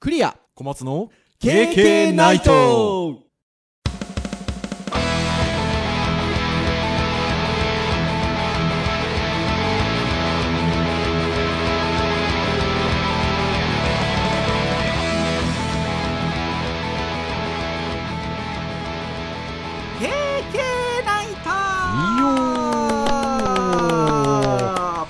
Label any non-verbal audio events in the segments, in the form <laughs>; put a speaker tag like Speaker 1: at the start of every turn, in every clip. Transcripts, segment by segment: Speaker 1: クリア
Speaker 2: 小松の
Speaker 1: KK ナイト
Speaker 3: ナイター
Speaker 2: いいよー
Speaker 3: は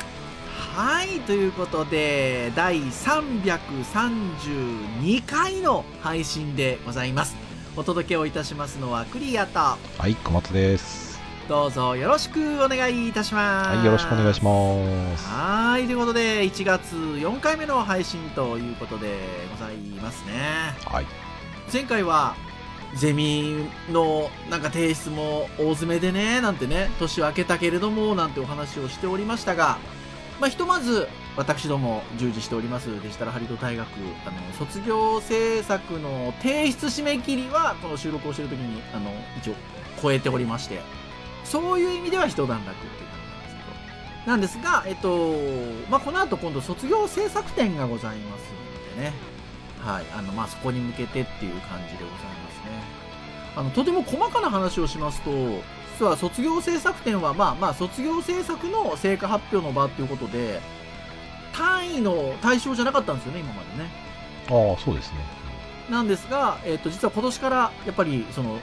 Speaker 3: いということで第332回の配信でございますお届けをいたしますのはクリアと
Speaker 2: はい小松です
Speaker 3: どうぞよろしくお願いいたします
Speaker 2: はいよろしくお願いします
Speaker 3: はいということで1月4回目の配信ということでございますね
Speaker 2: はい
Speaker 3: 前回はゼミのなんか提出も大詰めでねなんてね年明けたけれどもなんてお話をしておりましたが、まあ、ひとまず私ども従事しておりますデジタルハリウッド大学あの卒業制作の提出締め切りはこの収録をしている時にあの一応超えておりましてそういう意味では一段落っていう感じなんですけどなんですが、えっと、まあ、この後今度卒業制作展がございますのでね。はい。あの、まあ、そこに向けてっていう感じでございますね。あの、とても細かな話をしますと、実は卒業制作展は、まあまあ、卒業制作の成果発表の場っていうことで、単位の対象じゃなかったんですよね、今までね。
Speaker 2: ああそうですね
Speaker 3: なんですが、えっと、実は今年から、やっぱり、その、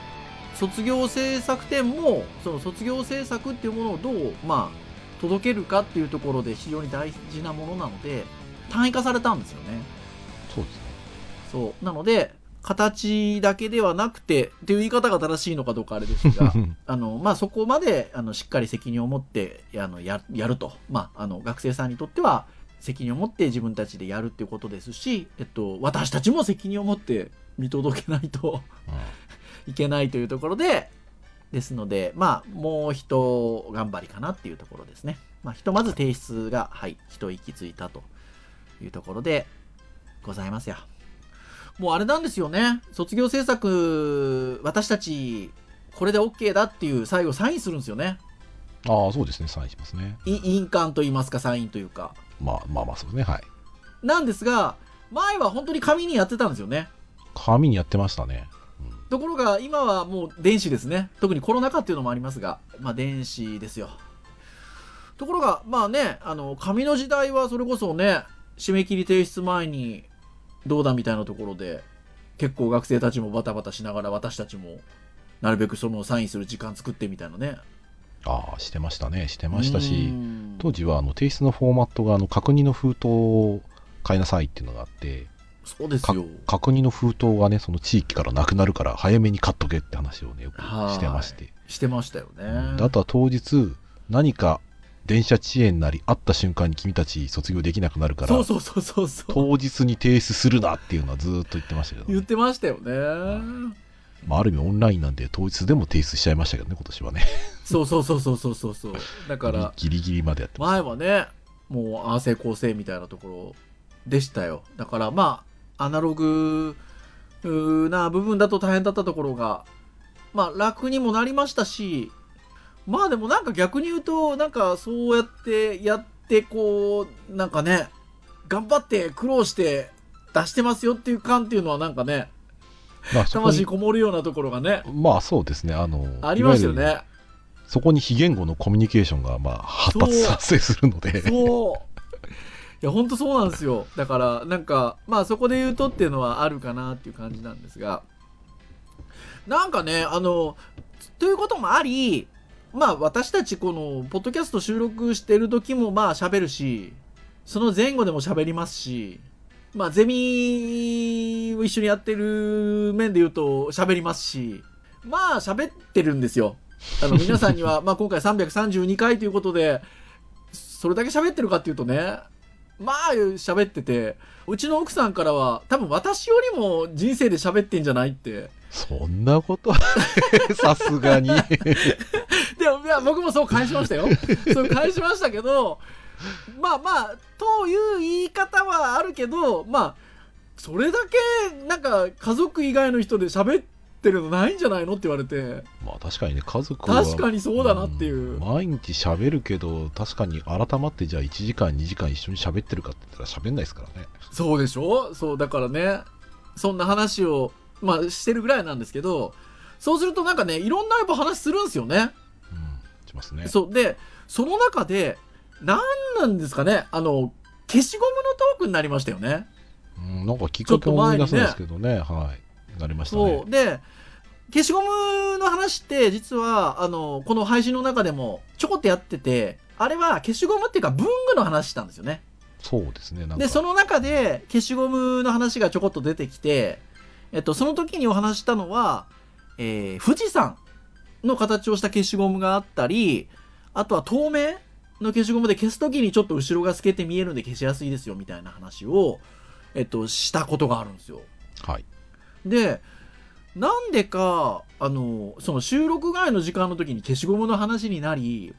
Speaker 3: 卒業制作展も、その卒業制作っていうものをどう、まあ、届けるかっていうところで非常に大事なものなので、単位化されたんですよね。
Speaker 2: そうですね
Speaker 3: そう。なので、形だけではなくて、っていう言い方が正しいのかどうかあれです <laughs>
Speaker 2: <laughs>
Speaker 3: が、あの、まあ、そこまで、あの、しっかり責任を持って、あの、や、やると。まあ、あの、学生さんにとっては、責任を持って自分たちでやるっていうことですし、えっと、私たちも責任を持って見届けないといけないというところで、ですので、まあ、もう一頑張りかなっていうところですね。まあ、ひとまず提出が、はい、一息ついたというところでございますよ。もうあれなんですよね。卒業制作、私たち、これで OK だっていう最後サインするんですよね。
Speaker 2: うん、ああそうですねサインしますね
Speaker 3: い印鑑と言いますか、サインというか。
Speaker 2: まあまあまあそうですねはい
Speaker 3: なんですが、前は本当に紙にやってたんですよね。
Speaker 2: 紙にやってましたね、うん
Speaker 3: ところが、今はもう電子ですね。特にコロナ禍っていうのもありますが、まあ電子ですよ。ところが、まあね、あの、紙の時代はそれこそね、締め切り提出前にどうだみたいなところで、結構学生たちもバタバタしながら私たちも、なるべくそのサインする時間作ってみたいなね。
Speaker 2: ああしてましたねしてました
Speaker 3: う
Speaker 2: し
Speaker 3: ん
Speaker 2: 当時はあの提出のフォーマットがあの確認の封筒を買いなさいっていうのがあって
Speaker 3: そうです
Speaker 2: か
Speaker 3: よ。
Speaker 2: 確認の封筒がねその地域からなくなるから早めに買っとけって話をねよくしてまして、
Speaker 3: してましたよね。
Speaker 2: であとは当日何か電車遅延なり会った瞬間に君たち卒業できなくなるから
Speaker 3: そうそうそうそうそう。
Speaker 2: 当日に提出するなっていうのはずーっと言ってましたけどね、
Speaker 3: 言ってましたよね。
Speaker 2: まあ、ある意味オンラインなんで当日でも提出しちゃいましたけどね今年はね
Speaker 3: そうそうそうそうそうそうそう。だから、
Speaker 2: ギリギリまでやってま
Speaker 3: 前はね、もう、ああせこうせみたいなところでしたよ。だから、まあ、アナログうーな部分だと大変だったところが、まあ、楽にもなりましたし、まあでもなんか逆に言うと、なんかそうやってやって、こう、なんかね、頑張って苦労して出してますよっていう感っていうのはなんかね、
Speaker 2: す、まあ、そこ
Speaker 3: 魂
Speaker 2: に
Speaker 3: こもるようなところがね、
Speaker 2: まあそうですねあの
Speaker 3: ありましたよ
Speaker 2: いわゆる
Speaker 3: ね。
Speaker 2: そこに非言語のコミュニケーションがまあ発達発生するので
Speaker 3: そう。いや、ほんとそうなんですよ。だから、なんか、まあそこで言うとっていうのはあるかなっていう感じなんですが。なんかね、あの、ということもあり、まあ私たちこの、ポッドキャスト収録してる時もまあ喋るし、その前後でも喋りますし、まあゼミを一緒にやってる面で言うと喋りますし、まあ喋ってるんですよ。あの皆さんには、 <laughs> まあ今回332回ということで、それだけ喋ってるかっていうとね、まあ喋ってて、うちの奥さんからは多分私よりも人生で喋ってんじゃないって。
Speaker 2: そんなことはさすが
Speaker 3: <laughs>
Speaker 2: に
Speaker 3: でもいや僕もそう返しましたよ。そう返しましたけど、まあまあ、という言い方はあるけど、まあ、それだけなんか家族以外の人で喋ってるのないんじゃないのって言われて、
Speaker 2: まあ確かにね家族は
Speaker 3: 確かにそうだなっていう。
Speaker 2: ん毎日喋るけど確かに改まってじゃあ1時間2時間一緒に喋ってるかって言ったら喋んないですからね
Speaker 3: そうでしょそう、だからね。そんな話を、まあ、してるぐらいなんですけど、そうするとなんかね、いろんなやっぱ話するんですよね。
Speaker 2: うん、しますね。
Speaker 3: そう。で、その中で、何なんですかね、あの、消しゴムのトークになりましたよね。
Speaker 2: うん、なんかきっかけを思い出すんですけどね、はい。なりましたね
Speaker 3: そ。う。で、消しゴムの話って、実は、あの、この配信の中でも、ちょこっとやってて、あれは消しゴムっていうか文具の話したんですよね。
Speaker 2: そうですね、なんか。
Speaker 3: で、その中で消しゴムの話がちょこっと出てきて、えっと、その時にお話ししたのは、えー富士山の形をした消しゴムがあったり、あとは透明の消しゴムで消す時にちょっと後ろが透けて見えるんで消しやすいですよみたいな話を、えっと、したことがあるんですよ。
Speaker 2: はい。
Speaker 3: でなんでかあのその収録外の時間の時に消しゴムの話になり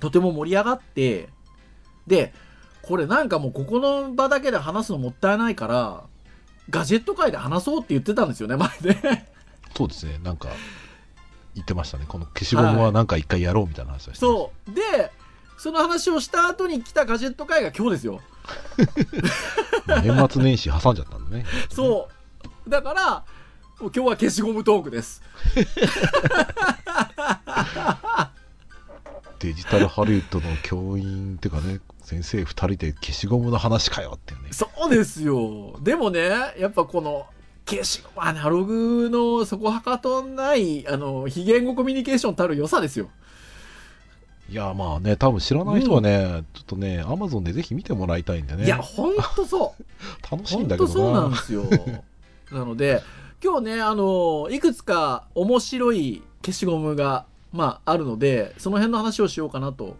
Speaker 3: とても盛り上がってでこれなんかもうここの場だけで話すのもったいないからガジェット界で話そうって言ってたんですよね前ね
Speaker 2: そうですね、なんか、言ってましたね。この消しゴムはなんか一回やろうみたいな話はしてまし
Speaker 3: <laughs> そうでその話をした後に来たガジェット界が今日ですよ
Speaker 2: た。年末年始挟んじゃったんでね。
Speaker 3: そうだからもう今日は消しゴムトークです
Speaker 2: デジタルハリウッドの教員っていうかね、先生2人で消しゴムの話かよっていうね。
Speaker 3: そうですよ。でもね、やっぱこの、消しゴム、アナログのそこはかとない、あの、非言語コミュニケーションたる良さですよ。
Speaker 2: いや、まあね、多分知らない人はね、ちょっとね、アマゾンでぜひ見てもらいたいんでね。
Speaker 3: いや、ほんとそう。
Speaker 2: 楽し
Speaker 3: ほ
Speaker 2: いん
Speaker 3: ん
Speaker 2: だけ
Speaker 3: と
Speaker 2: ど
Speaker 3: そうなんで
Speaker 2: な。
Speaker 3: すよ。 <laughs> なので、今日ね、あの、いくつか面白い消しゴムが、まあ、あるので、その辺の話をしようかなと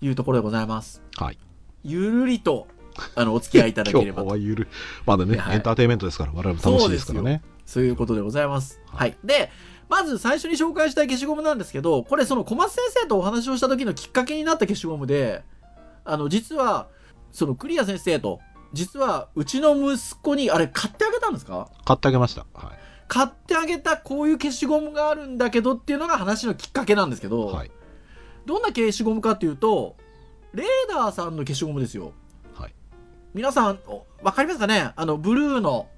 Speaker 3: いうところでございます。
Speaker 2: はい。
Speaker 3: ゆるりと、あの、お付き合いいただけ
Speaker 2: 今日
Speaker 3: ればと
Speaker 2: はゆる、まだね、
Speaker 3: はい
Speaker 2: エンターテインメントですから、我々楽しいですからね。
Speaker 3: そういうことでございます。
Speaker 2: は
Speaker 3: はいい。で、まず最初に紹介したい消しゴムなんですけど、これその小松先生とお話をした時のきっかけになった消しゴムで、あの、実は、そのクリア先生と、実はうちの息子に、あれ買ってあげたんですか
Speaker 2: 買ってあげました。はい。
Speaker 3: 買ってあげたこういう消しゴムがあるんだけどっていうのが話のきっかけなんですけど、
Speaker 2: はい。
Speaker 3: どんな消しゴムかっていうと、レーダーさんの消しゴムですよ。
Speaker 2: はい。
Speaker 3: 皆さん、おわかりますかねあの、ブルーの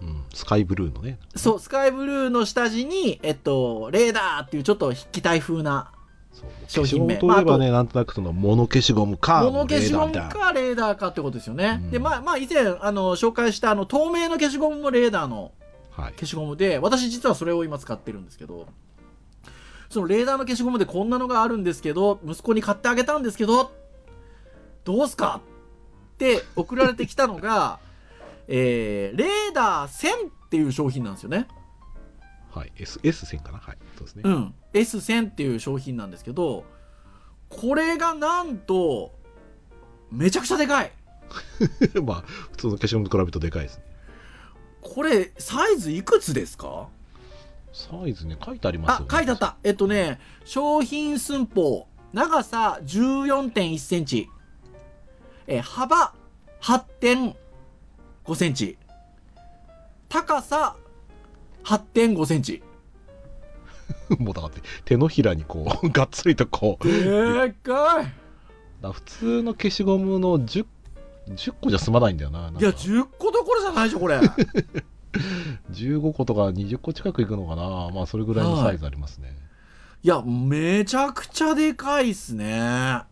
Speaker 2: うん、スカイブルーのね。
Speaker 3: そう、スカイブルーの下地に、えっと、レーダーっていうちょっと筆記体風な、
Speaker 2: そう
Speaker 3: 商
Speaker 2: 消し
Speaker 3: 品
Speaker 2: ゴ
Speaker 3: 名
Speaker 2: ムといえばね、なんとなくその、物消しゴムか、
Speaker 3: 物消しゴム
Speaker 2: レーダーみたいな
Speaker 3: かレーダーかってことですよね。
Speaker 2: うん
Speaker 3: で、まあ、まあ、以前、あの、紹介した、あの、透明の消しゴムもレーダーの
Speaker 2: はい。
Speaker 3: 消しゴムで、私実はそれを今使ってるんですけど、そのレーダーの消しゴムでこんなのがあるんですけど、息子に買ってあげたんですけど、どうすかって送られてきたのが、 <laughs> えー、レーダー1000っていう商品なんですよね。
Speaker 2: はい。S、S 線かなはい。そうですね。 <laughs>
Speaker 3: うん、S1000 っていう商品なんですけどこれがなんとめちゃくちゃでかい
Speaker 2: まあ、普通の消しゴムと比べるとでかいですね。
Speaker 3: これサイズいくつですか
Speaker 2: サイズね、書いてあります
Speaker 3: あ
Speaker 2: よね。
Speaker 3: 書いてあったえっとね商品寸法長さ1 4 1センチえー幅8 5センチ高さ8 5センチ
Speaker 2: <laughs> もうだって手のひらにこう <laughs> がっつりとこう
Speaker 3: でかい
Speaker 2: だ普通の消しゴムの 10, 10個じゃ済まないんだよななんか
Speaker 3: いや10個どころじゃないでしょこ
Speaker 2: <laughs>
Speaker 3: れ
Speaker 2: 15個とか20個近くいくのかなまあそれぐらいのサイズありますね、
Speaker 3: いや、めちゃくちゃでかいっすね。あ、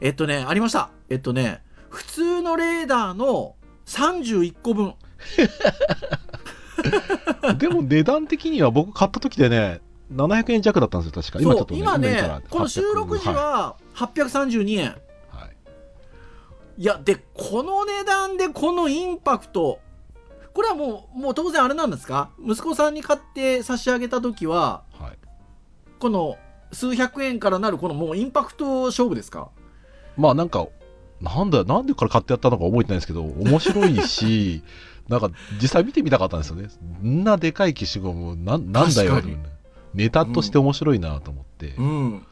Speaker 3: えっとね、ありました。えっとね、普通のレーダーの31個分。<laughs>
Speaker 2: でも値段的には僕買った時でね700円弱だったんですよ確か
Speaker 3: そう
Speaker 2: ちょっ、と
Speaker 3: 今
Speaker 2: 今いく
Speaker 3: ね
Speaker 2: ら、
Speaker 3: この収録時
Speaker 2: は
Speaker 3: は832円。
Speaker 2: い、はい
Speaker 3: いや、で、この値段でこのインパクト。これはもう、もう当然あれなんですか息子さんに買って差し上げた時は、
Speaker 2: はい
Speaker 3: この数百円からなるこのもうインパクト勝負ですか
Speaker 2: まあなんかなんだなんでこれ買ってやったのか覚えてないですけど面白いし <laughs> なんか実際見てみたかったんですよねんなでかい消しゴムなんなんだよ
Speaker 3: 確かに
Speaker 2: ネタとして面白いなと思って、
Speaker 3: ん。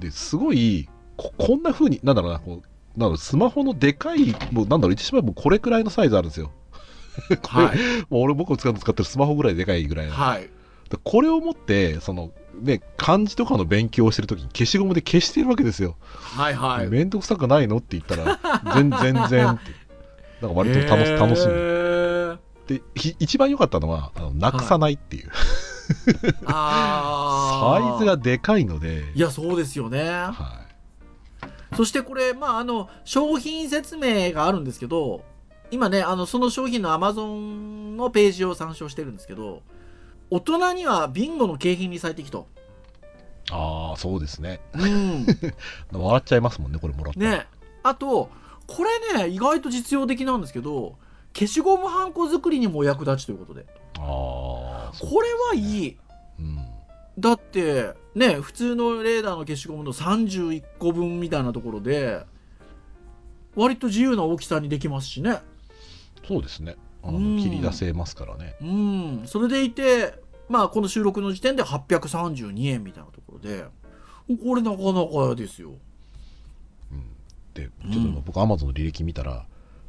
Speaker 2: ですごいここんな風になんだろうなこうなんだろうスマホのでかいもうなんだろう言ってしまえばもうこれくらいのサイズあるんですよこれ、
Speaker 3: はい。
Speaker 2: もう俺僕が使う使ってるスマホぐらいでかいぐらいな
Speaker 3: はい。
Speaker 2: でこれを持ってそのね漢字とかの勉強をしてる時に消しゴムで消してるわけですよ
Speaker 3: はいはい。
Speaker 2: 面倒く
Speaker 3: <laughs>
Speaker 2: さくないのって言ったら全然全然ってなんか割と楽し,、
Speaker 3: へー
Speaker 2: 楽しいでひ一番良かったのはあのなくさないっていう、
Speaker 3: <laughs> あー
Speaker 2: サイズがでかいので
Speaker 3: いやそうですよね
Speaker 2: は
Speaker 3: そしてこれまああの商品説明があるんですけど今ねあのその商品の Amazon のページを参照してるんですけど大人にはビンゴの景品に最適と
Speaker 2: い、ああそうですね
Speaker 3: うん
Speaker 2: 笑っちゃいますもんねこれもらったら、
Speaker 3: <laughs> ねあとこれね意外と実用的なんですけど消しゴムはんこ作りにもお役立ちということで
Speaker 2: ああそう
Speaker 3: これはいい
Speaker 2: うん
Speaker 3: だってね普通のレーダーの消しゴムの31個分みたいなところで割と自由な大きさにできますしね
Speaker 2: そうですねあ
Speaker 3: うん
Speaker 2: の切り出せますからね
Speaker 3: うんそれでいてまあこの収録の時点で832円みたいなところでこれなかなかですよ
Speaker 2: うんでちょっと今僕アマゾンの履歴見たら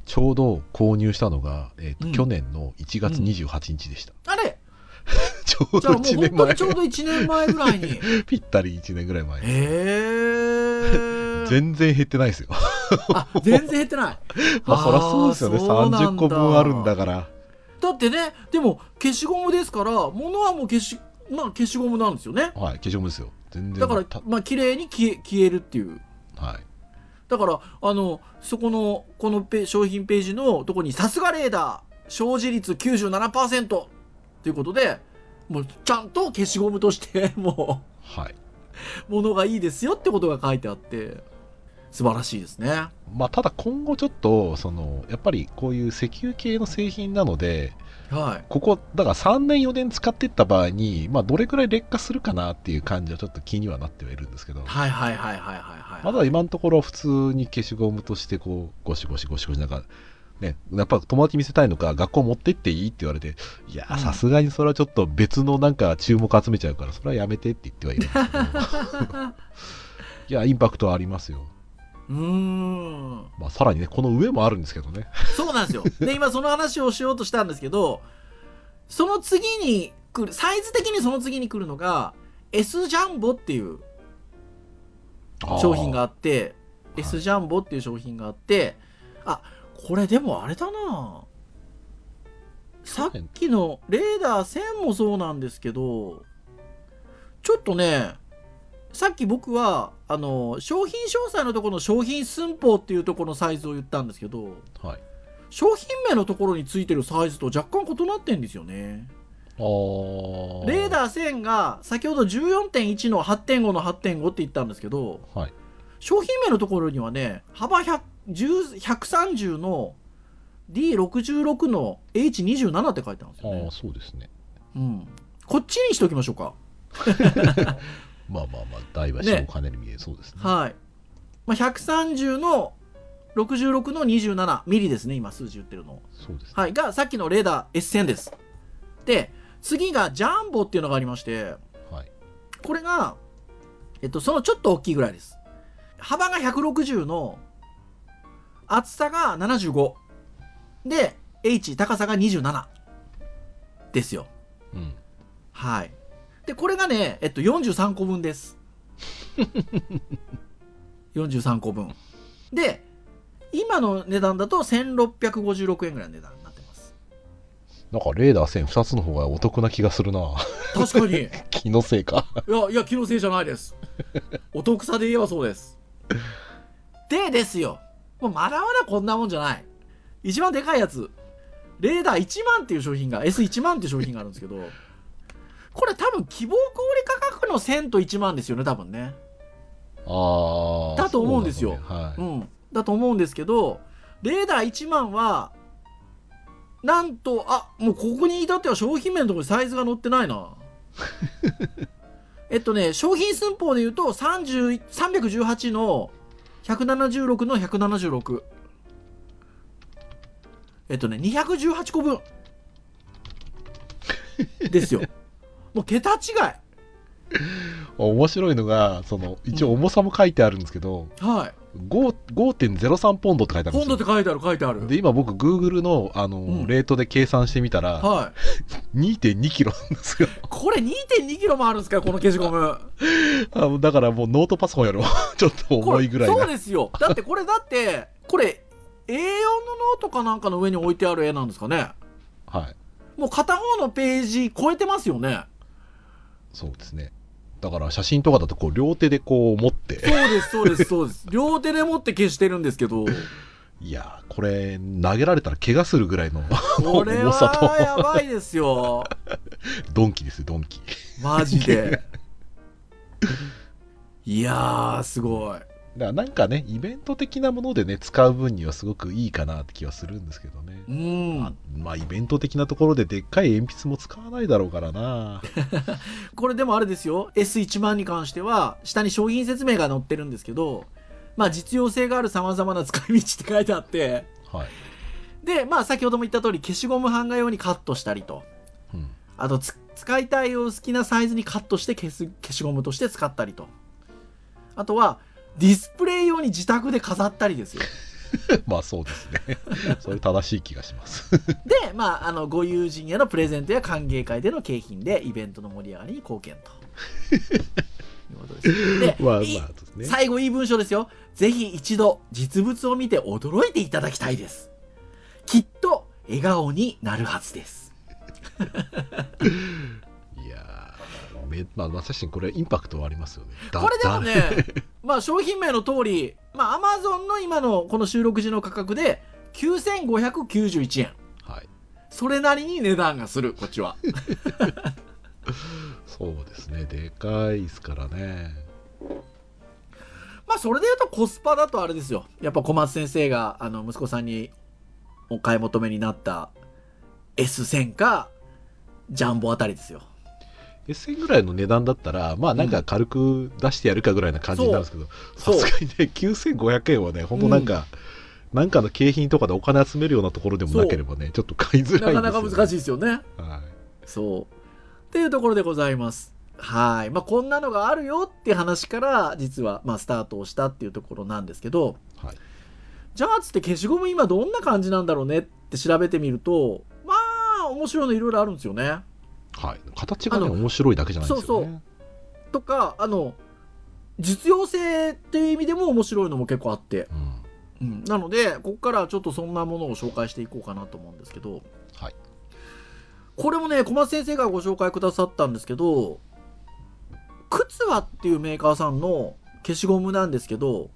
Speaker 2: ちょうど購入したのが、えーと
Speaker 3: うん
Speaker 2: 去年の1月28日でした、
Speaker 3: あれ
Speaker 2: <laughs> ちょう
Speaker 3: じゃ
Speaker 2: ど
Speaker 3: あもう
Speaker 2: 1
Speaker 3: 本当
Speaker 2: 年
Speaker 3: にちょう
Speaker 2: 前
Speaker 3: ど1年前ぐらい
Speaker 2: <laughs>
Speaker 3: に
Speaker 2: ぴったり1年ぐらい前、
Speaker 3: へえ
Speaker 2: 全然減ってないですよ
Speaker 3: あ全然減ってない
Speaker 2: <laughs> まあそりゃそうですよね
Speaker 3: あーそうなんだ
Speaker 2: 30個分あるんだから
Speaker 3: だってねでも消しゴムですから物はもう消し,、まあ、消しゴムなんですよね
Speaker 2: はい消しゴムですよ全然
Speaker 3: だから
Speaker 2: た
Speaker 3: まあ綺麗に消え消えるっていう
Speaker 2: はい
Speaker 3: だからあのそこのこのペ商品ページのとこに「さすがレーダー生じ率97%」ということでもうちゃんと消しゴムとして <laughs> も
Speaker 2: はいう
Speaker 3: ものがいいですよってことが書いてあって素晴らしいですね
Speaker 2: まあただ今後ちょっとそのやっぱりこういう石油系の製品なので
Speaker 3: はい
Speaker 2: ここだから3年4年使っていった場合にまあどれくらい劣化するかなっていう感じはちょっと気にはなってはいるんですけど
Speaker 3: はいはいはいはいはいはい
Speaker 2: まだ今のところ普通に消しゴムとしてこうゴシゴシゴシゴシなんかねやっぱ友達見せたいのか学校持ってっていいって言われていや
Speaker 3: う
Speaker 2: ー
Speaker 3: ん
Speaker 2: さすがにそれはちょっと別のなんか注目集めちゃうからそれはやめてって言ってはいるんですけど
Speaker 3: <laughs>
Speaker 2: いやインパクトはありますよ、
Speaker 3: うーん
Speaker 2: まあ、さらにねこの上もあるんですけどね
Speaker 3: そうなんですよ。で、今その話をしようとしたんですけど、その次に来る、サイズ的にその次に来るのが、S ジャンボっていう商品があって、
Speaker 2: ー
Speaker 3: S ジャンボっていう商品があって、あ、これでもあれだなさっきのレーダー1000もそうなんですけど、ちょっとね、さっき僕は、あの、商品詳細のところの商品寸法っていうところのサイズを言ったんですけど、
Speaker 2: はい
Speaker 3: 商品名のところについてるサイズと若干異なってんですよね
Speaker 2: あー
Speaker 3: レーダー1000が先ほど14.1の8.5の8.5って言ったんですけど
Speaker 2: はい
Speaker 3: 商品名のところにはね幅100 10 130の D66 の H27 って書いてあるんです
Speaker 2: あ
Speaker 3: よね
Speaker 2: ー、そうですね
Speaker 3: うん、こっちにしておきましょうか、
Speaker 2: まあまあまあ大和塩金に見えそうですね
Speaker 3: はい、まあ、130の66の27ミリですね今数字言ってるの
Speaker 2: そうですね
Speaker 3: はい、がさっきのレーダー S1000 です。で、次がジャンボっていうのがありまして、
Speaker 2: はい
Speaker 3: これが、えっと、そのちょっと大きいぐらいです。幅が160の、厚さが75。で、H、高さが27。ですよ。
Speaker 2: うん
Speaker 3: はい。で、これがね、えっと、43個分です。43個分。で、今の値段だと1656円ぐらいの値段になってます。
Speaker 2: なんかレーダー102つの方がお得な気がするな <laughs>
Speaker 3: 確かに。い
Speaker 2: 気のせいか
Speaker 3: や、いや、気のせいじゃない <laughs> です。お得さで言えばそうです。でですよ。もうまだまだこんなもんじゃない。一番でかいやつ。レーダー1万っていう商品が、S1 万っていう商品があるんですけど、これ多分希望小売価格の1000と1万ですよね、多分ね。
Speaker 2: ああ
Speaker 3: だと思うんですよ
Speaker 2: は
Speaker 3: う
Speaker 2: い、
Speaker 3: ん、だと思うんですけど、レーダー1万は、なんと、あもうここに至っては商品名のところにサイズが載ってないな。えっとね、商品寸法で言うと、30 318の176の176。えっとね、218個分。ですよ。もう桁違い。
Speaker 2: 面白いのがその一応重さも書いてあるんですけど、
Speaker 3: はい。
Speaker 2: 5 5.03ポンドって書いてあるん
Speaker 3: 今
Speaker 2: です
Speaker 3: 度
Speaker 2: よ
Speaker 3: って書いてある、書いてある。
Speaker 2: で今僕 Google のあの、
Speaker 3: うん
Speaker 2: レートで計算してみたら
Speaker 3: はい。
Speaker 2: 2.2キロなんですよ <laughs>
Speaker 3: これ2 2キロもあるんですかこの消しゴム
Speaker 2: あのだからもうノートパソコンよりも <laughs> ちょっと
Speaker 3: こ
Speaker 2: 重
Speaker 3: れ
Speaker 2: いぐらい
Speaker 3: そう
Speaker 2: な
Speaker 3: ですよだってこれだってこれ A4 のノートかなんかの上に置いてある絵なんですかね
Speaker 2: はい。
Speaker 3: もう片方のページ超えてますよね。
Speaker 2: そうですね。だから写真とかだとこう両手でこう持って、
Speaker 3: そうです、そうです、そうです。 <laughs> 両手で持って消してるんですけど、
Speaker 2: いやー、これ投げられたら怪我するぐらいの <laughs>
Speaker 3: これ
Speaker 2: 重さ
Speaker 3: は
Speaker 2: と
Speaker 3: やばいですよ。
Speaker 2: ドンキですよ、ドンキ。
Speaker 3: マジ <laughs> で。いやー、すごい。
Speaker 2: だからなんかね、イベント的なものでね、使う分にはすごくいいかなって気はするんですけどね。
Speaker 3: うん。
Speaker 2: まあ、イベント的なところででっかい鉛筆も使わないだろうから
Speaker 3: <laughs>
Speaker 2: な。
Speaker 3: これでもあれですよ S1 万に関しては下に商品説明が載ってるんですけどまあ実用性があるさまざまな使い道って書いてあって
Speaker 2: はい。
Speaker 3: でまあ先ほども言った通り消しゴム版画用にカットしたりと
Speaker 2: うん。 <laughs>
Speaker 3: あとつ使いたいよう好きなサイズにカットして消す消しゴムとして使ったりとあとはディスプレイ用に自宅で飾ったりですよ
Speaker 2: まあそうです
Speaker 3: <laughs>
Speaker 2: ね。それ正しい気がします。
Speaker 3: でまああのご友人へのプレゼントや歓迎会での景品でイベントの盛り上がりに貢献ということですで
Speaker 2: <laughs> まあまあ
Speaker 3: い
Speaker 2: ですね。
Speaker 3: 最後いい文章ですよ。ぜひ一度実物を見て驚いていただきたいです。きっと笑顔になるはずです。
Speaker 2: いやーめまあ、まあ確かにこれインパクトはありますよね。だ
Speaker 3: これでもね、 <laughs> まあ商品名の通り、まあ Amazon の今のこの収録時の価格で9591円。
Speaker 2: だはい。
Speaker 3: それなりに値段がする、こっち
Speaker 2: <laughs>
Speaker 3: は。
Speaker 2: そうですね。でかいですからね。
Speaker 3: まあそれで言うとコスパだとあれですよ。やっぱ小松先生があの息子さんにお買い求めになった S1000 かジャンボあたりですよ。
Speaker 2: 1000ぐらいの値段だったら、まあなんか軽く出してやるかぐらいな感じになるんですけど、
Speaker 3: そ
Speaker 2: さ
Speaker 3: う
Speaker 2: すがにね、9500円はね、本当なんか、なんかの景品とかでお金集めるようなところでもなければね、ちょっと買
Speaker 3: ない
Speaker 2: いづらんですよ、
Speaker 3: か
Speaker 2: ね。
Speaker 3: なか難しい
Speaker 2: い。
Speaker 3: ですよね。
Speaker 2: はい
Speaker 3: そう。っていうところでございます。はい。まあ、こんなのがあるよって話から、実は、まあ、スタートをしたっていうところなんですけど、
Speaker 2: はい
Speaker 3: じゃあ、つって消しゴム今どんな感じなんだろうねって調べてみると、まあ、面白いのいろいろあるんですよね。
Speaker 2: はい、形が
Speaker 3: あ
Speaker 2: ね
Speaker 3: の
Speaker 2: 面白いだけじゃないんですよね。
Speaker 3: とか、あの、実用性っていう意味でも面白いのも結構あって、
Speaker 2: うん
Speaker 3: うん、なのでここからはちょっとそんなものを紹介していこうかなと思うんですけど、
Speaker 2: はい
Speaker 3: これもね小松先生がご紹介くださったんですけど靴はっていうメーカーさんの消しゴムなんですけど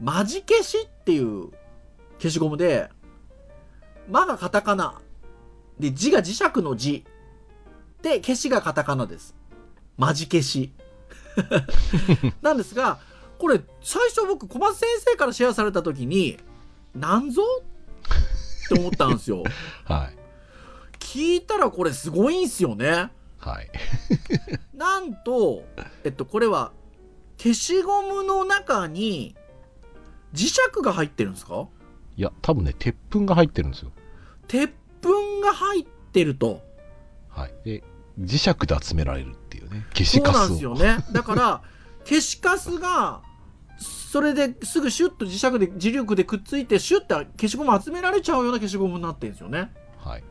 Speaker 3: マジ消しっていう消しゴムで「マ」がカタカナで「字」が磁石の「字」で「消し」がカタカナですマジ消
Speaker 2: <laughs>
Speaker 3: しなんですがこれ最初僕小松先生からシェアされた時になんぞって思ったんです
Speaker 2: <laughs>
Speaker 3: よ
Speaker 2: はい
Speaker 3: 聞いたらこれすごいんすよね
Speaker 2: はい
Speaker 3: なんとえっとこれは消しゴムの中に磁石が入ってるんですか
Speaker 2: いや多分ね鉄粉が入ってるんですよ。
Speaker 3: 鉄粉が入ってると
Speaker 2: はい、で磁石で集められるっていうね消
Speaker 3: そ
Speaker 2: し
Speaker 3: う
Speaker 2: カ
Speaker 3: なん
Speaker 2: ス
Speaker 3: ですよ
Speaker 2: を
Speaker 3: ねだから消しカスがそれですぐシュッと磁石で磁力でくっついてシュッて消しゴム集められちゃうような消しゴムになってるんですよね
Speaker 2: はい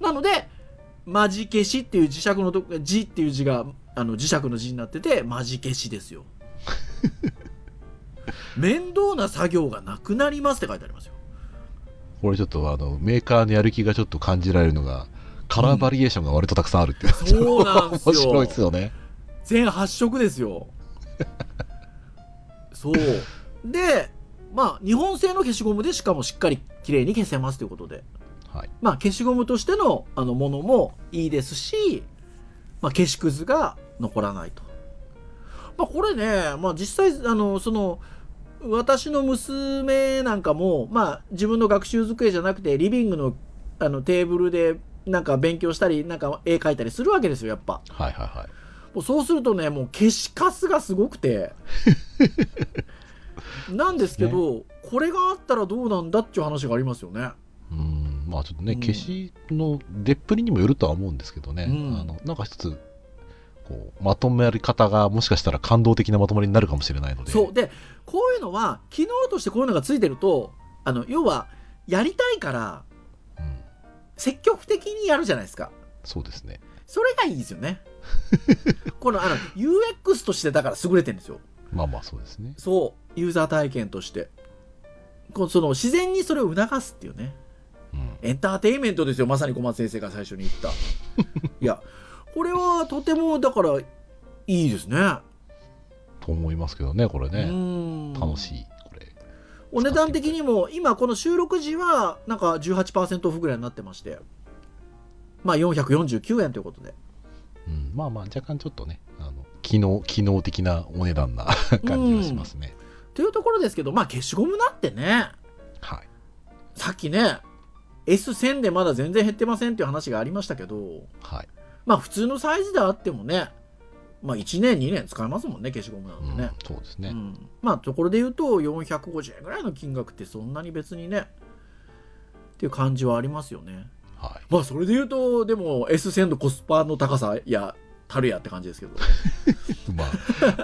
Speaker 3: なので、マジ消しっていう磁石のとこ、字っていう字が、あの磁石の字になってて、マジ消し
Speaker 2: <laughs>
Speaker 3: ですよ。面倒な作業がなくなりますって書いてありますよ。
Speaker 2: これちょっとあのメーカーのやる気がちょっと感じられるのがカラーバリエーションが割とたくさんあるっていう、
Speaker 3: そうなんですよ
Speaker 2: 面白いですよね
Speaker 3: 全8色です
Speaker 2: <laughs>
Speaker 3: よ。そう。で、まあ、日本製の消しゴムでしかもしっかり綺麗に消せますということで。
Speaker 2: はい
Speaker 3: まあ、消しゴムとしてのあのものもいいですし、まあ、消しくずが残らないと。まあ、これね、まあ、実際あのその私の娘なんかも、まあ、自分の学習机じゃなくてリビングのあのテーブルでなんか勉強したりなんか絵描いたりするわけですよやっぱ
Speaker 2: はいはいはい
Speaker 3: もうそうするとねもう消しカスがすごくてなんですけどこれがあったらどうなんだっていう話がありますよね。
Speaker 2: うんまあちょっとね、
Speaker 3: うん
Speaker 2: 消しの出っぷりにもよるとは思うんですけどね、
Speaker 3: うん
Speaker 2: あのなんか一つこうまとめり方がもしかしたら感動的なまとまりになるかもしれないので
Speaker 3: そうでこういうのは機能としてこういうのがついてるとあの要はやりたいから
Speaker 2: うん
Speaker 3: 積極的にやるじゃないですか
Speaker 2: そうですね
Speaker 3: それがいいですよねこのあの UX としてだから優れてるんですよ
Speaker 2: まあまあそうですね
Speaker 3: そうユーザー体験としてこうその自然にそれを促すっていうね
Speaker 2: うん
Speaker 3: エンターテインメントですよまさに小松先生が最初に言った
Speaker 2: <laughs>
Speaker 3: いやこれはとてもだからいいですね
Speaker 2: と思いますけどね、これ
Speaker 3: う
Speaker 2: ね。
Speaker 3: ん
Speaker 2: 楽しい、これ。
Speaker 3: お値段的にも今この収録時はなんか18%オフぐらいになってましてまあ449円ということで
Speaker 2: うん、まあまあ、若干ちょっとね、あの、機能、機能的なお値段な感じがしますね。
Speaker 3: というところですけどまあ消しゴムだってね
Speaker 2: はい。
Speaker 3: さっきね S1000 でまだ全然減ってませんっていう話がありましたけど
Speaker 2: はい。
Speaker 3: まあ普通のサイズであってもねまあ1年2年使えますもんね消しゴムな
Speaker 2: うんん
Speaker 3: てね、
Speaker 2: そうです
Speaker 3: う
Speaker 2: ね。
Speaker 3: ん、まあところで言うと450円ぐらいの金額ってそんなに別にねっていう感じはありますよね
Speaker 2: はい。
Speaker 3: まあそれで言うとでも S1000 のコスパの高さやたるやって感じですけど
Speaker 2: まあ、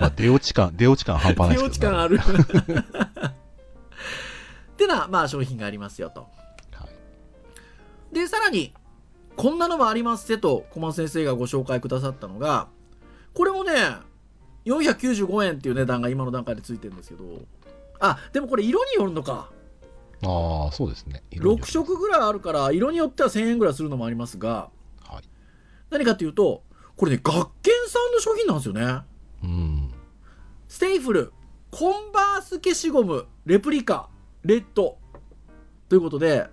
Speaker 2: まあ、出落ち感、 <laughs> 出落ち感半端ないで
Speaker 3: 手
Speaker 2: す
Speaker 3: 落ち
Speaker 2: けど
Speaker 3: 感あ
Speaker 2: ね。
Speaker 3: る <laughs> ってなまあ商品がありますよと
Speaker 2: はい。
Speaker 3: でさらにこんなのもありますせと小松先生がご紹介くださったのがこれもね495円っていう値段が今の段階でついてるんですけどあでもこれ色によるのか
Speaker 2: ああ、そうですね。色々
Speaker 3: 6色ぐらいあるから色によっては1000円ぐらいするのもありますが
Speaker 2: はい。
Speaker 3: 何かというとこれね学研さんの商品なんですよね
Speaker 2: うん。
Speaker 3: ステイフル、コンバース消しゴム、レプリカ、レッド。ということで、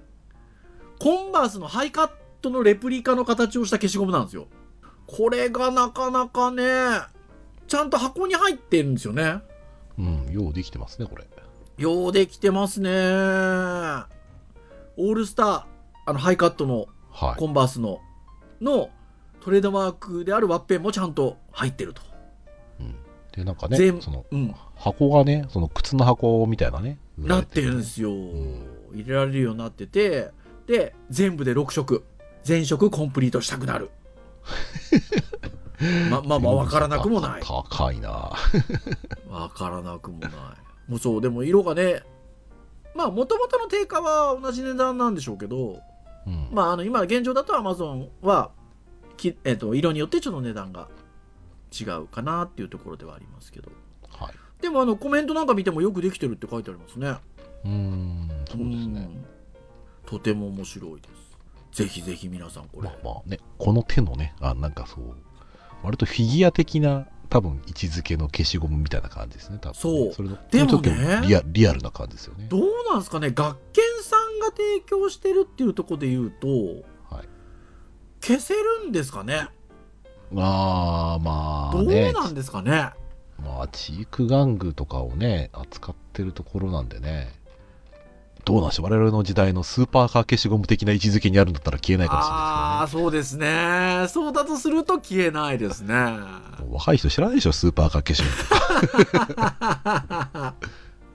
Speaker 3: コンバースのハイカットのレプリカの形をした消しゴムなんですよ。これがなかなかね、ちゃんと箱に入ってるんですよね。
Speaker 2: うん、ようできてますね、これ。
Speaker 3: ようできてますね。オールスター、あのハイカットの
Speaker 2: はい。
Speaker 3: コンバースの、のトレードマークであるワッペンもちゃんと入ってると。
Speaker 2: うん、で、なんか
Speaker 3: 全
Speaker 2: ね、その、
Speaker 3: うん。
Speaker 2: 箱がね、その靴の箱みたいなね。売ら
Speaker 3: なっ
Speaker 2: れ
Speaker 3: てるん
Speaker 2: ね
Speaker 3: ですよ、
Speaker 2: ん
Speaker 3: 入れられるようになっててで全部で6色全色コンプリートしたくなる <laughs> ままあまあ分からなくもない
Speaker 2: た高いな。
Speaker 3: 分からなくもないもうそうでも色がねまあもともとの定価は同じ値段なんでしょうけど
Speaker 2: うん。
Speaker 3: まああの今現状だとアマゾンはき、えっと色によってちょっと値段が違うかなっていうところではありますけど
Speaker 2: はい。
Speaker 3: でもあのコメントなんか見てもよくできてるって書いてありますね
Speaker 2: うーん、そうですね。
Speaker 3: んとても面白いですぜひぜひ皆さんこれ
Speaker 2: まあまあね、この手のね、あなんかそう、割とフィギュア的な、多分位置づけの消しゴムみたいな感じですね、多分、ね。
Speaker 3: そう
Speaker 2: それの
Speaker 3: でもね
Speaker 2: ちょっとリアリアルな感じですよね。
Speaker 3: どうなんですかね学研さんが提供してるっていうところで言うと
Speaker 2: はい、
Speaker 3: 消せるんですかね
Speaker 2: あー、ま
Speaker 3: ど
Speaker 2: あ
Speaker 3: う
Speaker 2: ね、
Speaker 3: なんですかね
Speaker 2: まあ、チーク玩具とかをね、扱ってるところなんでね。どうなんでしょう我々の時代のスーパーカー消しゴム的な位置づけにあるんだったら消えないかもしれ
Speaker 3: あ
Speaker 2: な
Speaker 3: あそうですねそうだとすると消えないですね
Speaker 2: いですけどね。若い人知らないでしょ、スーパーカー消しゴムとか。
Speaker 3: <laughs>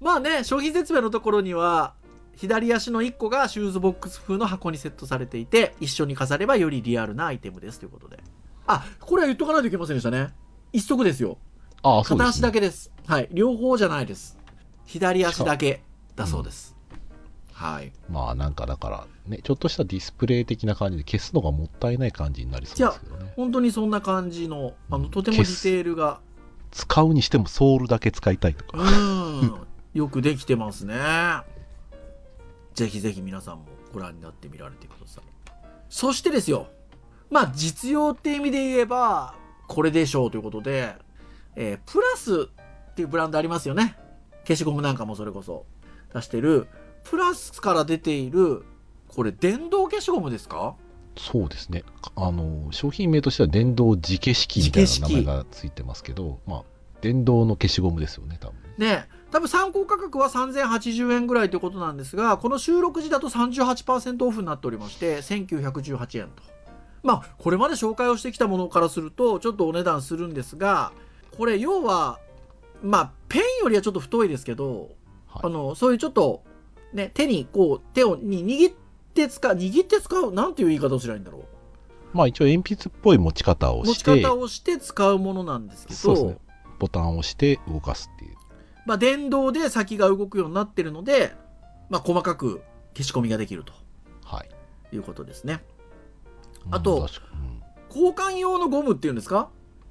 Speaker 3: まあね商品説明のところには左足の1個がシューズボックス風の箱にセットされていて一緒に飾ればよりリアルなアイテムですということであこれは言っとかないといけませんでしたね一足ですよ
Speaker 2: ああ、そうで
Speaker 3: 片
Speaker 2: す、ね。
Speaker 3: 足だけですはい両方じゃないです左足だけだそうです、はい
Speaker 2: まあなんかだからね、ちょっとしたディスプレイ的な感じで消すのがもったいない感じになりそうですけどね。
Speaker 3: 本当にそんな感じのあのとてもデ
Speaker 2: 消す
Speaker 3: ィテールが
Speaker 2: 使うにしてもソールだけ使いたいとか。
Speaker 3: うんよくできてますねぜひぜひ皆さんもご覧になってみられてくださいそしてですよまあ実用って意味で言えばこれでしょうということで、えープラスっていうブランドありますよね消しゴムなんかもそれこそ出してるプラスから出ているこれ電動消しゴムですか
Speaker 2: そうですね。あの、商品名としては電動磁消し器みたい
Speaker 3: 磁消
Speaker 2: な
Speaker 3: し器
Speaker 2: 名前がついてますけど、まあ、電動の消しゴムですよね、多分。
Speaker 3: ね多分参考価格は3080円ぐらいということなんですがこの収録時だと38%オフになっておりまして1918円とまあこれまで紹介をしてきたものからするとちょっとお値段するんですがこれ要はまあペンよりはちょっと太いですけど、
Speaker 2: はい
Speaker 3: あのそういうちょっとね手にこう手をに握って使う握って使うなんていう言い方をすればいいんだろう
Speaker 2: まあ一応鉛筆っぽい持ち方を
Speaker 3: 持
Speaker 2: し
Speaker 3: ち
Speaker 2: て、
Speaker 3: 方をして使うものなんですけど
Speaker 2: そうですね。ボタンを押して動かすっていう。
Speaker 3: まあ、電動で先が動くようになってるので、まあ、細かく消し込みができると
Speaker 2: はい。
Speaker 3: いうことですね
Speaker 2: うん
Speaker 3: あと
Speaker 2: 確かうん
Speaker 3: 交換用のゴムっていうんですか、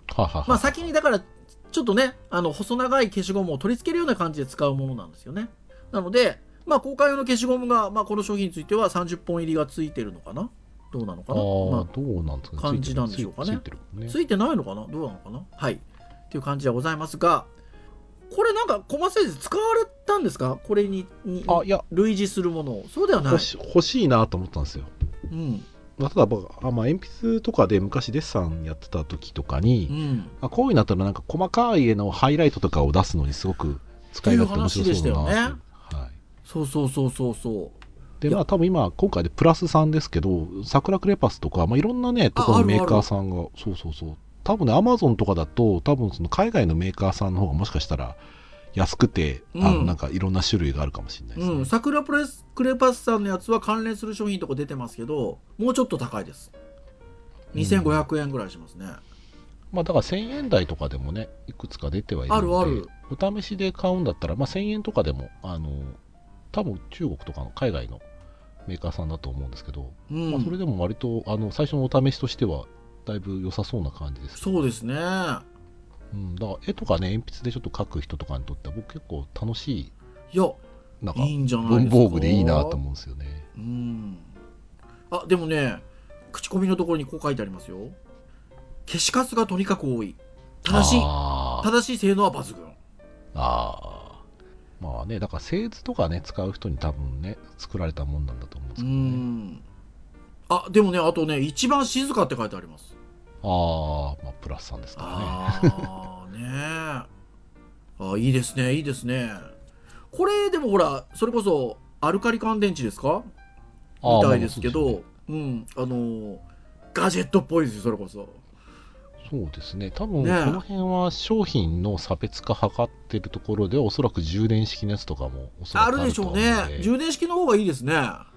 Speaker 2: はいはいはい。
Speaker 3: まあ、先にだからちょっとねあの細長い消しゴムを取り付けるような感じで使うものなんですよねなのでまあ、公開用の消しゴムが、まあ、この商品については30本入りがついてるのかなどうなのか
Speaker 2: あ
Speaker 3: なま
Speaker 2: あ
Speaker 3: あ、
Speaker 2: どうなんですかね
Speaker 3: 感じなんでしょうかね
Speaker 2: ついてるついてる
Speaker 3: ついてないのかなどうなのかなはい。っていう感じではございますが、これなんか、小松先生、使われたんですかこれにに
Speaker 2: もんねあいや
Speaker 3: 類似するものを。そうではない
Speaker 2: 欲。し欲しいなと思ったんですよ
Speaker 3: うん。
Speaker 2: まあただ僕あ、まあ、鉛筆とかで昔デッサンやってた時とかに、
Speaker 3: うん。
Speaker 2: あこういうなったらなんか細かい絵のハイライトとかを出すのにすごく使い勝手面白そうだな
Speaker 3: っていう話でしたよね
Speaker 2: はい
Speaker 3: そうそうそうそうそう。
Speaker 2: で
Speaker 3: いや
Speaker 2: まあ多分今今回でプラスさんですけど桜クレパスとか、まあ、いろんなねとこ
Speaker 3: ああ
Speaker 2: の
Speaker 3: るある
Speaker 2: メーカーさんがそうそうそう多分ねアマゾンとかだと多分その海外のメーカーさんの方がもしかしたら安くて、あ
Speaker 3: う
Speaker 2: の
Speaker 3: ん
Speaker 2: なんかいろんな種類があるかもしれないですね、
Speaker 3: うん、桜プレスクレパスさんのやつは関連する商品とか出てますけどもうちょっと高いです2500円ぐらいしますね、
Speaker 2: まあだから1000円台とかでもねいくつか出てはいる
Speaker 3: あ
Speaker 2: ので
Speaker 3: るある
Speaker 2: お試しで買うんだったら、まあ、1000円とかでもあの多分中国とかの海外のメーカーさんだと思うんですけど、
Speaker 3: うん、
Speaker 2: まあ、それでも割とあの最初のお試しとしてはだいぶ良さそうな感じですけど
Speaker 3: そうですねい
Speaker 2: うん、だから絵とかね鉛筆でちょっと描く人とかにとっては僕結構楽しい
Speaker 3: や
Speaker 2: なんか
Speaker 3: いいんじゃないです
Speaker 2: 文
Speaker 3: か
Speaker 2: 房具でいいなと思うんですよね
Speaker 3: うんあでもね口コミのところにこう書いてありますよ消しカスがとにかく多いただし
Speaker 2: あー
Speaker 3: 正しい性能は抜群
Speaker 2: あーまあねだから製図とかね使う人に多分ね作られたもんなんだと思うんで
Speaker 3: う
Speaker 2: すけどね
Speaker 3: んあでもねあとね一番静かって書いてあります
Speaker 2: ああまあプラスさんですからね
Speaker 3: ああねあーいいですねいいですねこれでもほらそれこそアルカリ乾電池ですか
Speaker 2: あ
Speaker 3: み
Speaker 2: ー
Speaker 3: たいですけど
Speaker 2: まあ
Speaker 3: う,、んあのーガジェットっぽいですよそれこそ
Speaker 2: そうですねそうですね多分こ
Speaker 3: ねえ
Speaker 2: の辺は商品の差別化図ってるところではおそらく充電式のやつとかもおそら
Speaker 3: あ
Speaker 2: く
Speaker 3: る
Speaker 2: あ
Speaker 3: で
Speaker 2: る
Speaker 3: し
Speaker 2: と
Speaker 3: ょ
Speaker 2: 思
Speaker 3: う
Speaker 2: うので
Speaker 3: ね充電式の方がいいですねあ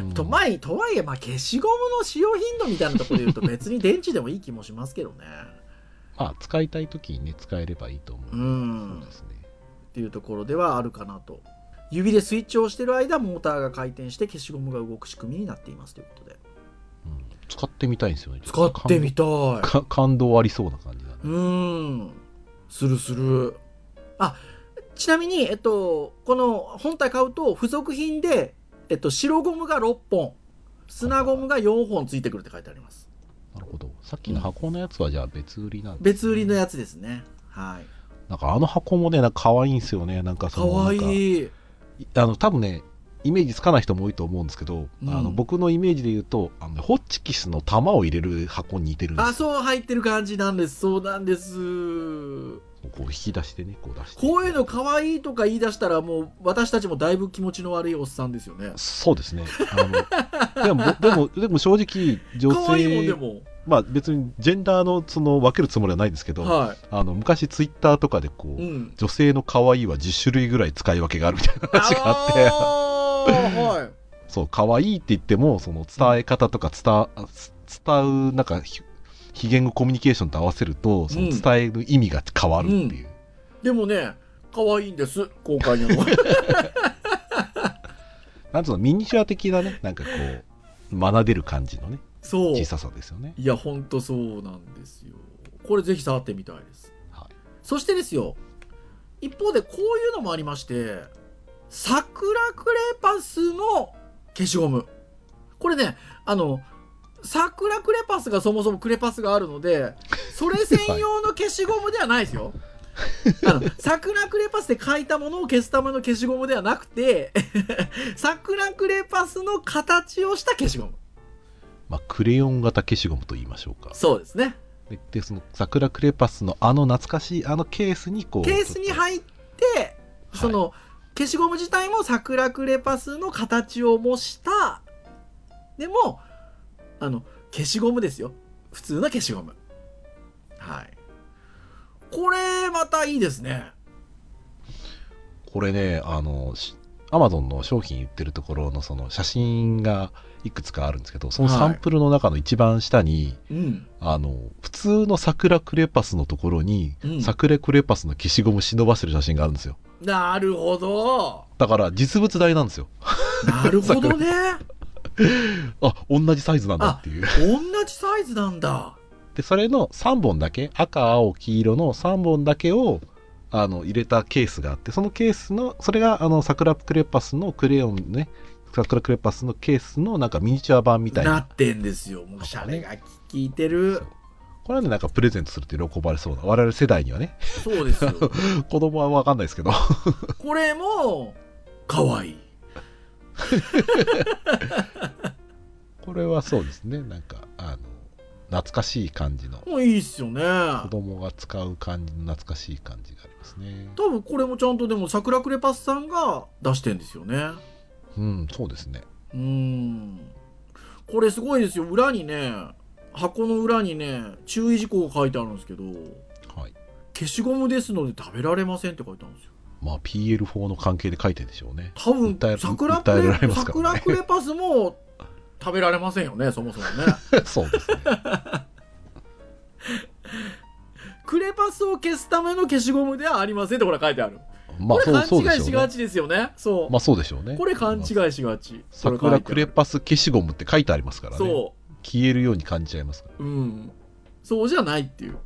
Speaker 2: うん
Speaker 3: とまあいとはいえ、まあ、消しゴムの使用頻度みたいなところで言うと別に電池でもいい気もしますけどね
Speaker 2: まあ使いたい時にね使えればいいと思
Speaker 3: う
Speaker 2: うので
Speaker 3: ん
Speaker 2: そうですね
Speaker 3: っていうところではあるかなと指でスイッチを押してる間モーターが回転して消しゴムが動く仕組みになっていますということで
Speaker 2: うん使ってみたいんですよね。
Speaker 3: 使ってみたい
Speaker 2: 感動か感動ありそうな感じだね。
Speaker 3: うーんするするあちなみにえっとこの本体買うと付属品で、えっと、白ゴムが6本砂ゴムが4本ついてくるって書いてあります
Speaker 2: なるほど。さっきの箱のやつはじゃあ別売りなんです、
Speaker 3: 別売りのやつですねはい
Speaker 2: なんかあの箱もね、なんか可愛いんですよね。なんかそ
Speaker 3: か
Speaker 2: の
Speaker 3: わい
Speaker 2: なんか
Speaker 3: い
Speaker 2: いあの多分ね、イメージつかない人も多いと思うんですけど、
Speaker 3: うん
Speaker 2: あの僕のイメージで言うとあのホッチキスの玉を入れる箱に似てるんで
Speaker 3: あ
Speaker 2: すよ。
Speaker 3: そう入ってる感じなんですそうなんです
Speaker 2: こう引き出してね、こう出して。
Speaker 3: こういうのかわいいとか言い出したらもう私たちもだいぶ気持ちの悪いおっさんですよね
Speaker 2: そうですね。あのでもでもでも正直女
Speaker 3: かわいいもん
Speaker 2: 性
Speaker 3: でも
Speaker 2: まあ別にジェンダーのその分けるつもりはないんですけど、
Speaker 3: は
Speaker 2: あの昔ツイッターとかでこう。 <laughs>
Speaker 3: い、うん、
Speaker 2: 女性の可愛いは10種類ぐらい使い分けがあるみたいな話があって
Speaker 3: あーはい
Speaker 2: そう可愛いって言ってもその伝え方とか伝あつ伝うなんかひ非言語コミュニケーションと合わせるとその伝える意味が変わるっていう、
Speaker 3: でもね、可愛いんです、公開の。
Speaker 2: なんつうのミニチュア的なねなんかこう学べる感じのね
Speaker 3: そう。
Speaker 2: 小ささですよね
Speaker 3: いや、ほんとそうなんですよ。これぜひ触ってみたいです。
Speaker 2: はい
Speaker 3: そしてですよ、一方でこういうのもありまして、桜クレパスの消しゴム。これね、あの、桜クレパスがそもそもクレパスがあるので、それ専用の消しゴムではないです <laughs> よ。あの桜クレパスで書いたものを消すための消しゴムではなくて <laughs> 桜クレパスの形をした消しゴム
Speaker 2: まあ、クレヨン型消しゴムと言いましょうか
Speaker 3: そうですね
Speaker 2: ででその桜クレパスのあの懐かしいあのケースにこう
Speaker 3: ケースに
Speaker 2: っ
Speaker 3: 入ってその、消しゴム自体も桜クレパスの形を模したでもあの消しゴムですよ普通の消しゴムはいこれまたいいですね
Speaker 2: これねあのアマゾンの商品売ってるところのその写真がいくつかあるんですけどそのサンプルの中の一番下に、
Speaker 3: うん
Speaker 2: あの普通の桜クレパスのところに、
Speaker 3: うん
Speaker 2: 桜クレパスの消しゴム忍ばせてる写真があるんですよ
Speaker 3: なるほど
Speaker 2: だから実物大なんですよ
Speaker 3: なるほどね
Speaker 2: あ同じサイズなんだっていう
Speaker 3: 同じサイズなんだ
Speaker 2: でそれの3本だけ赤青黄色の3本だけをあの入れたケースがあってそのケースのそれがあの桜クレパスのクレヨンね桜クレパスのケースのなんかミニチュア版みたい
Speaker 3: な
Speaker 2: な
Speaker 3: ってんですよ。もうシャレが効いてる。
Speaker 2: これはねなんかプレゼントするって喜ばれそうな我々世代にはね <laughs>
Speaker 3: そうですよ。
Speaker 2: 子供は分かんないですけど
Speaker 3: これも、可愛いい。
Speaker 2: これはそうですねなんかあの懐かしい感じの
Speaker 3: もういいっすよね。
Speaker 2: 子供が使う感じの懐かしい感じがありますね
Speaker 3: 多分これもちゃんとでも桜クレパスさんが出してんですよね。
Speaker 2: うんそうですね
Speaker 3: うーん。これすごいですよ。裏にね、箱の裏にね、注意事項が書いてあるんですけど、
Speaker 2: はい
Speaker 3: 消しゴムですので食べられませんって書いてあるんですよ。
Speaker 2: まあ PL4 の関係で書いてるんでしょう
Speaker 3: <laughs>
Speaker 2: ね
Speaker 3: 多分
Speaker 2: 訴え
Speaker 3: 桜
Speaker 2: 訴えら
Speaker 3: ク
Speaker 2: れ
Speaker 3: レ、
Speaker 2: ますか
Speaker 3: 桜
Speaker 2: らね
Speaker 3: クレパスも食べられませんよね、そもそも
Speaker 2: <laughs>
Speaker 3: ね。
Speaker 2: そうですね。
Speaker 3: クレパスを消すための消しゴムではありませんってこれ書いてある。
Speaker 2: ま
Speaker 3: こ
Speaker 2: あ、
Speaker 3: れ
Speaker 2: そう、
Speaker 3: 勘違
Speaker 2: そうで
Speaker 3: い
Speaker 2: し
Speaker 3: し
Speaker 2: ょう
Speaker 3: が
Speaker 2: ね。
Speaker 3: ちですよね。そう。
Speaker 2: まあ、そうでしょうね。
Speaker 3: これ勘
Speaker 2: まあ
Speaker 3: 違いしがち。
Speaker 2: 桜クレ
Speaker 3: パ
Speaker 2: パス消しゴムって書いてありますからね。
Speaker 3: そう。
Speaker 2: 消えるように感じちゃいますから。
Speaker 3: うん、そうじゃないっていう、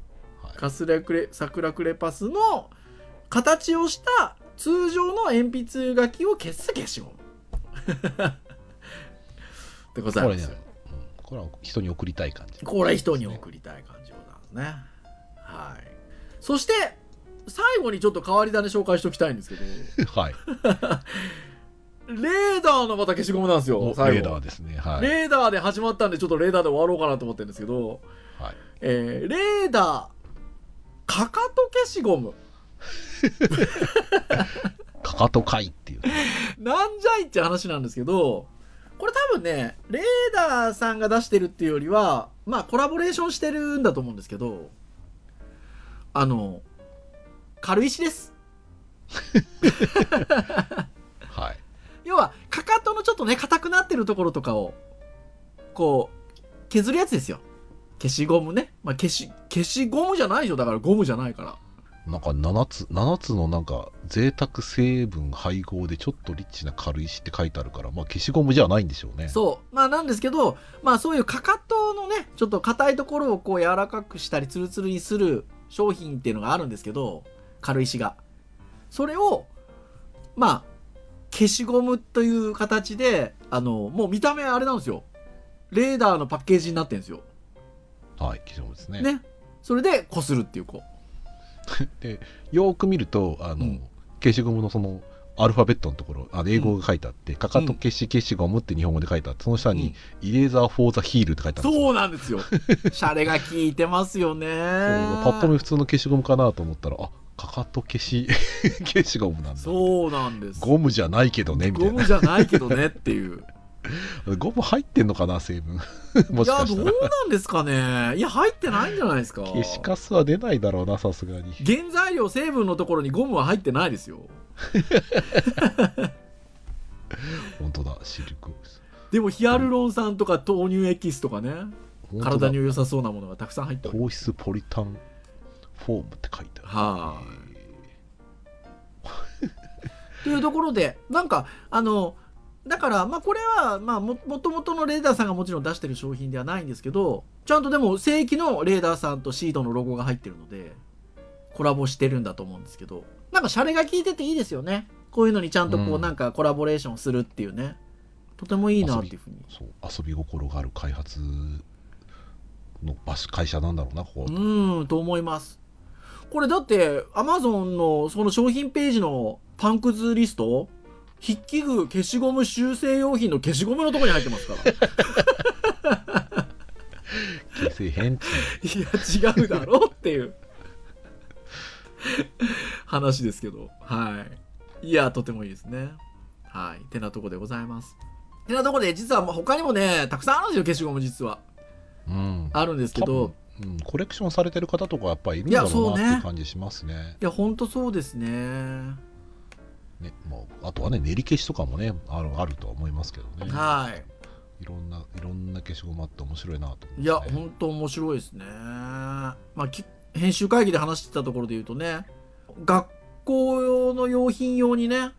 Speaker 2: はい
Speaker 3: カスレクレ桜クレパスの形をした通常の鉛筆書きを消す消 <laughs> しゴムでござい
Speaker 2: こ
Speaker 3: ま
Speaker 2: れね、
Speaker 3: す
Speaker 2: うんこれは人に送りたい感
Speaker 3: <laughs>
Speaker 2: じ。
Speaker 3: これ人に送りたい感じでございますねはいそして最後にちょっと変わり種紹介しておきたいんですけ
Speaker 2: <laughs>
Speaker 3: ど
Speaker 2: はい。
Speaker 3: レーダーのまた消しゴムなんですよ
Speaker 2: お
Speaker 3: 最後
Speaker 2: レーダーですね。はい。
Speaker 3: レーダーで始まったんでちょっとレーダーで終わろうかなと思ってるんですけど
Speaker 2: はい
Speaker 3: えーレーダー、かかと消しゴム。
Speaker 2: かかとかいっていう。
Speaker 3: なんじゃいって話なんですけど、これ多分ね、レーダーさんが出してるっていうよりは、まあコラボレーションしてるんだと思うんですけど、あの、軽石です。
Speaker 2: はい。
Speaker 3: 要は、かかとのちょっとね、硬くなってるところとかを、こう、削るやつですよ。消しゴムね。まあ消し、消しゴムじゃないでしょ。だからゴムじゃないから。
Speaker 2: なんか7つ、7つのなんか贅沢成分配合でちょっとリッチな軽石って書いてあるから、まあ消しゴムじゃないんでしょうね。
Speaker 3: そう。まあなんですけど、まあそういうかかとのね、ちょっと硬いところをこう柔らかくしたりツルツルにする商品っていうのがあるんですけど、軽石が。それを、まあ、消しゴムという形で、あの、もう見た目あれなんですよ。レーダーのパッケージになってるんですよ。
Speaker 2: はい、消しゴムですね。
Speaker 3: ね。それで、こするっていう、こ
Speaker 2: よーく見るとあの、
Speaker 3: うん
Speaker 2: 消しゴムのそのアルファベットのところあの英語が書いてあって、かかと消し消しゴムって日本語で書いてあってその下に、イレーザー・フォー・ザ・ヒールって書いてあるんですよ
Speaker 3: そうなん
Speaker 2: <laughs>
Speaker 3: ですよ。シャレが効いてますよね。
Speaker 2: そうパッと見普通の消しゴムかなと思ったらあかかと消し <laughs> 消しゴムなんだ
Speaker 3: そうなんです。
Speaker 2: ゴムじゃないけどねみた
Speaker 3: ゴ
Speaker 2: い
Speaker 3: ム
Speaker 2: な
Speaker 3: じゃないけどねっていう。
Speaker 2: ゴム入ってんのかな成分 <laughs> も
Speaker 3: い
Speaker 2: し
Speaker 3: や
Speaker 2: か
Speaker 3: ど
Speaker 2: した
Speaker 3: う
Speaker 2: ら
Speaker 3: なんですかねいや入ってないんじゃないですか
Speaker 2: 消しカスは出ないだろうなさすがに
Speaker 3: 原材料成分のところにゴムは入ってないですよ
Speaker 2: 本当だシルク
Speaker 3: でもヒアルロン酸とか豆乳エキスとかね
Speaker 2: 本当だ
Speaker 3: 体に良さそうなものがたくさん入ってる
Speaker 2: 硬質ポリタンフォームって書いてある
Speaker 3: はい、というところでなんかあのだからまあこれはまあももともとのレーダーさんがもちろん出してる商品ではないんですけどちゃんとでも正規のレーダーさんとシードのロゴが入ってるのでコラボしてるんだと思うんですけどなんかシャレが効いてていいですよねこういうのにちゃんとこ
Speaker 2: う
Speaker 3: うんなんかコラボレーションするっていうね、とてもいいなっていうふうに
Speaker 2: そう遊び心がある開発の場所会社なんだろうなここ、
Speaker 3: うんと思いますこれだってアマゾンのその商品ページのパンクズリスト筆記具消しゴム修正用品の消しゴムのところに入ってますから
Speaker 2: 形成変って
Speaker 3: いや違うだろうっていう話ですけどはいいやとてもいいですねはいてなとこでございますてなとこで実はもう他にもねたくさんあるんですよ消しゴム実は
Speaker 2: うん
Speaker 3: あるんですけど
Speaker 2: 多分うん、コレクションされてる方とかやっぱりいるんだろ
Speaker 3: いやそう
Speaker 2: う
Speaker 3: ね
Speaker 2: なって感じしますね
Speaker 3: いやほんとそうですね
Speaker 2: ねもうあとはね練り消しとかもねあるあるとは思いますけどね
Speaker 3: はい
Speaker 2: いろんないろんな消しゴムあって面白いなと
Speaker 3: い
Speaker 2: 思
Speaker 3: や、
Speaker 2: ね、
Speaker 3: 本当面白いですね。まあ、き編集会議で話してたところで言うとね、学校用の用品用にね、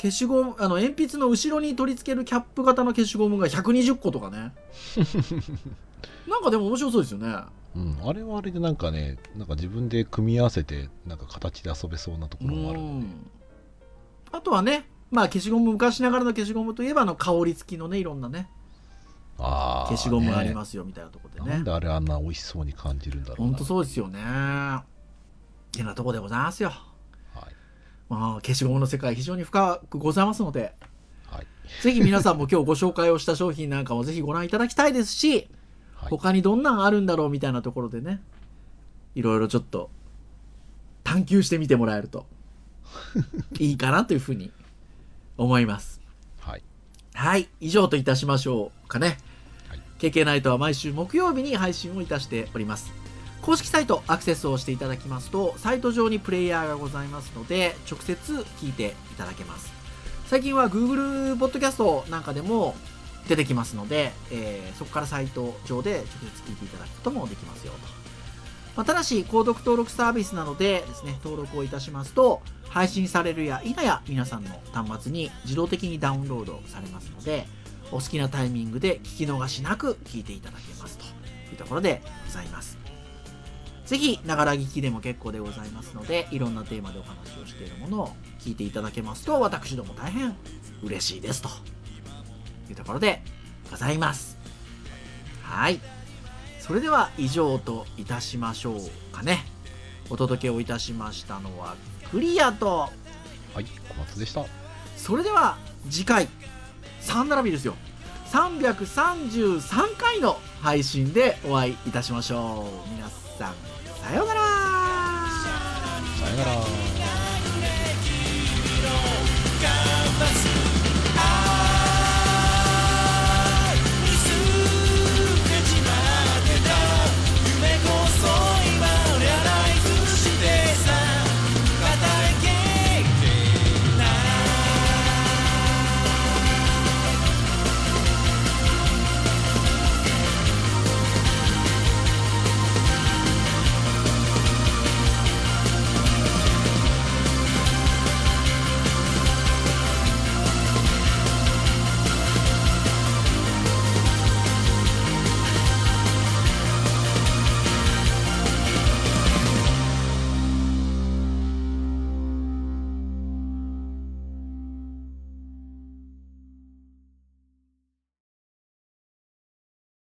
Speaker 3: 消しゴム、あの、鉛筆の後ろに取り付けるキャップ型の消しゴムが120個とかね。なんかでも面白そうですよね。
Speaker 2: うん、あれはあれでなんかねなんか自分で組み合わせてなんか形で遊べそうなとこ
Speaker 3: う
Speaker 2: ろもある、
Speaker 3: んあとはねまあ消しゴム昔ながらの消しゴムといえばあの香り付きのねいろんなね
Speaker 2: ああ
Speaker 3: 消しゴムがあり
Speaker 2: す
Speaker 3: ますよみたいなところで
Speaker 2: な
Speaker 3: ね
Speaker 2: んであれあんな美味しそうに感じるんだろう
Speaker 3: ほん
Speaker 2: な
Speaker 3: とそうですよねてなとこでございますよ
Speaker 2: はい
Speaker 3: まあ消しゴムの世界非常に深くございますので
Speaker 2: はい
Speaker 3: ぜひ皆さんも今日ご紹介をした商品なんかもぜひご覧いただきたいですし、
Speaker 2: はい
Speaker 3: 他にどんなんあるんだろうみたいなところでね、いろいろちょっと探求してみてもらえる
Speaker 2: <laughs>
Speaker 3: といいかなというふうに思います。
Speaker 2: はい
Speaker 3: はい、以上といたしましょうかね。
Speaker 2: はい
Speaker 3: KK ナイトは毎週木曜日に配信をいたしております。公式サイトアクセスをしていただきますと、サイト上にプレイヤーがございますので、直接聞いていただけます。最近は Google ポッドキャストなんかでも出てきますので、えーそこからサイト上で直接聞いていただくこともできますよと。まあただし、購読登録サービスなどでですね、登録をいたしますと、配信されるや否や皆さんの端末に自動的にダウンロードされますので、お好きなタイミングで聞き逃しなく聞いていただけますというところでございます。ぜひ、ながら聞きでも結構でございますので、いろんなテーマでお話をしているものを聞いていただけますと、私ども大変嬉しいですというところでございます。はい。それでは以上といたしましょうかね。お届けをいたしましたのはクリアと、
Speaker 2: はい小松でした
Speaker 3: それでは次回、3並びですよ。333回の配信でお会いいたしましょう。皆さん、さようなら
Speaker 2: さよなら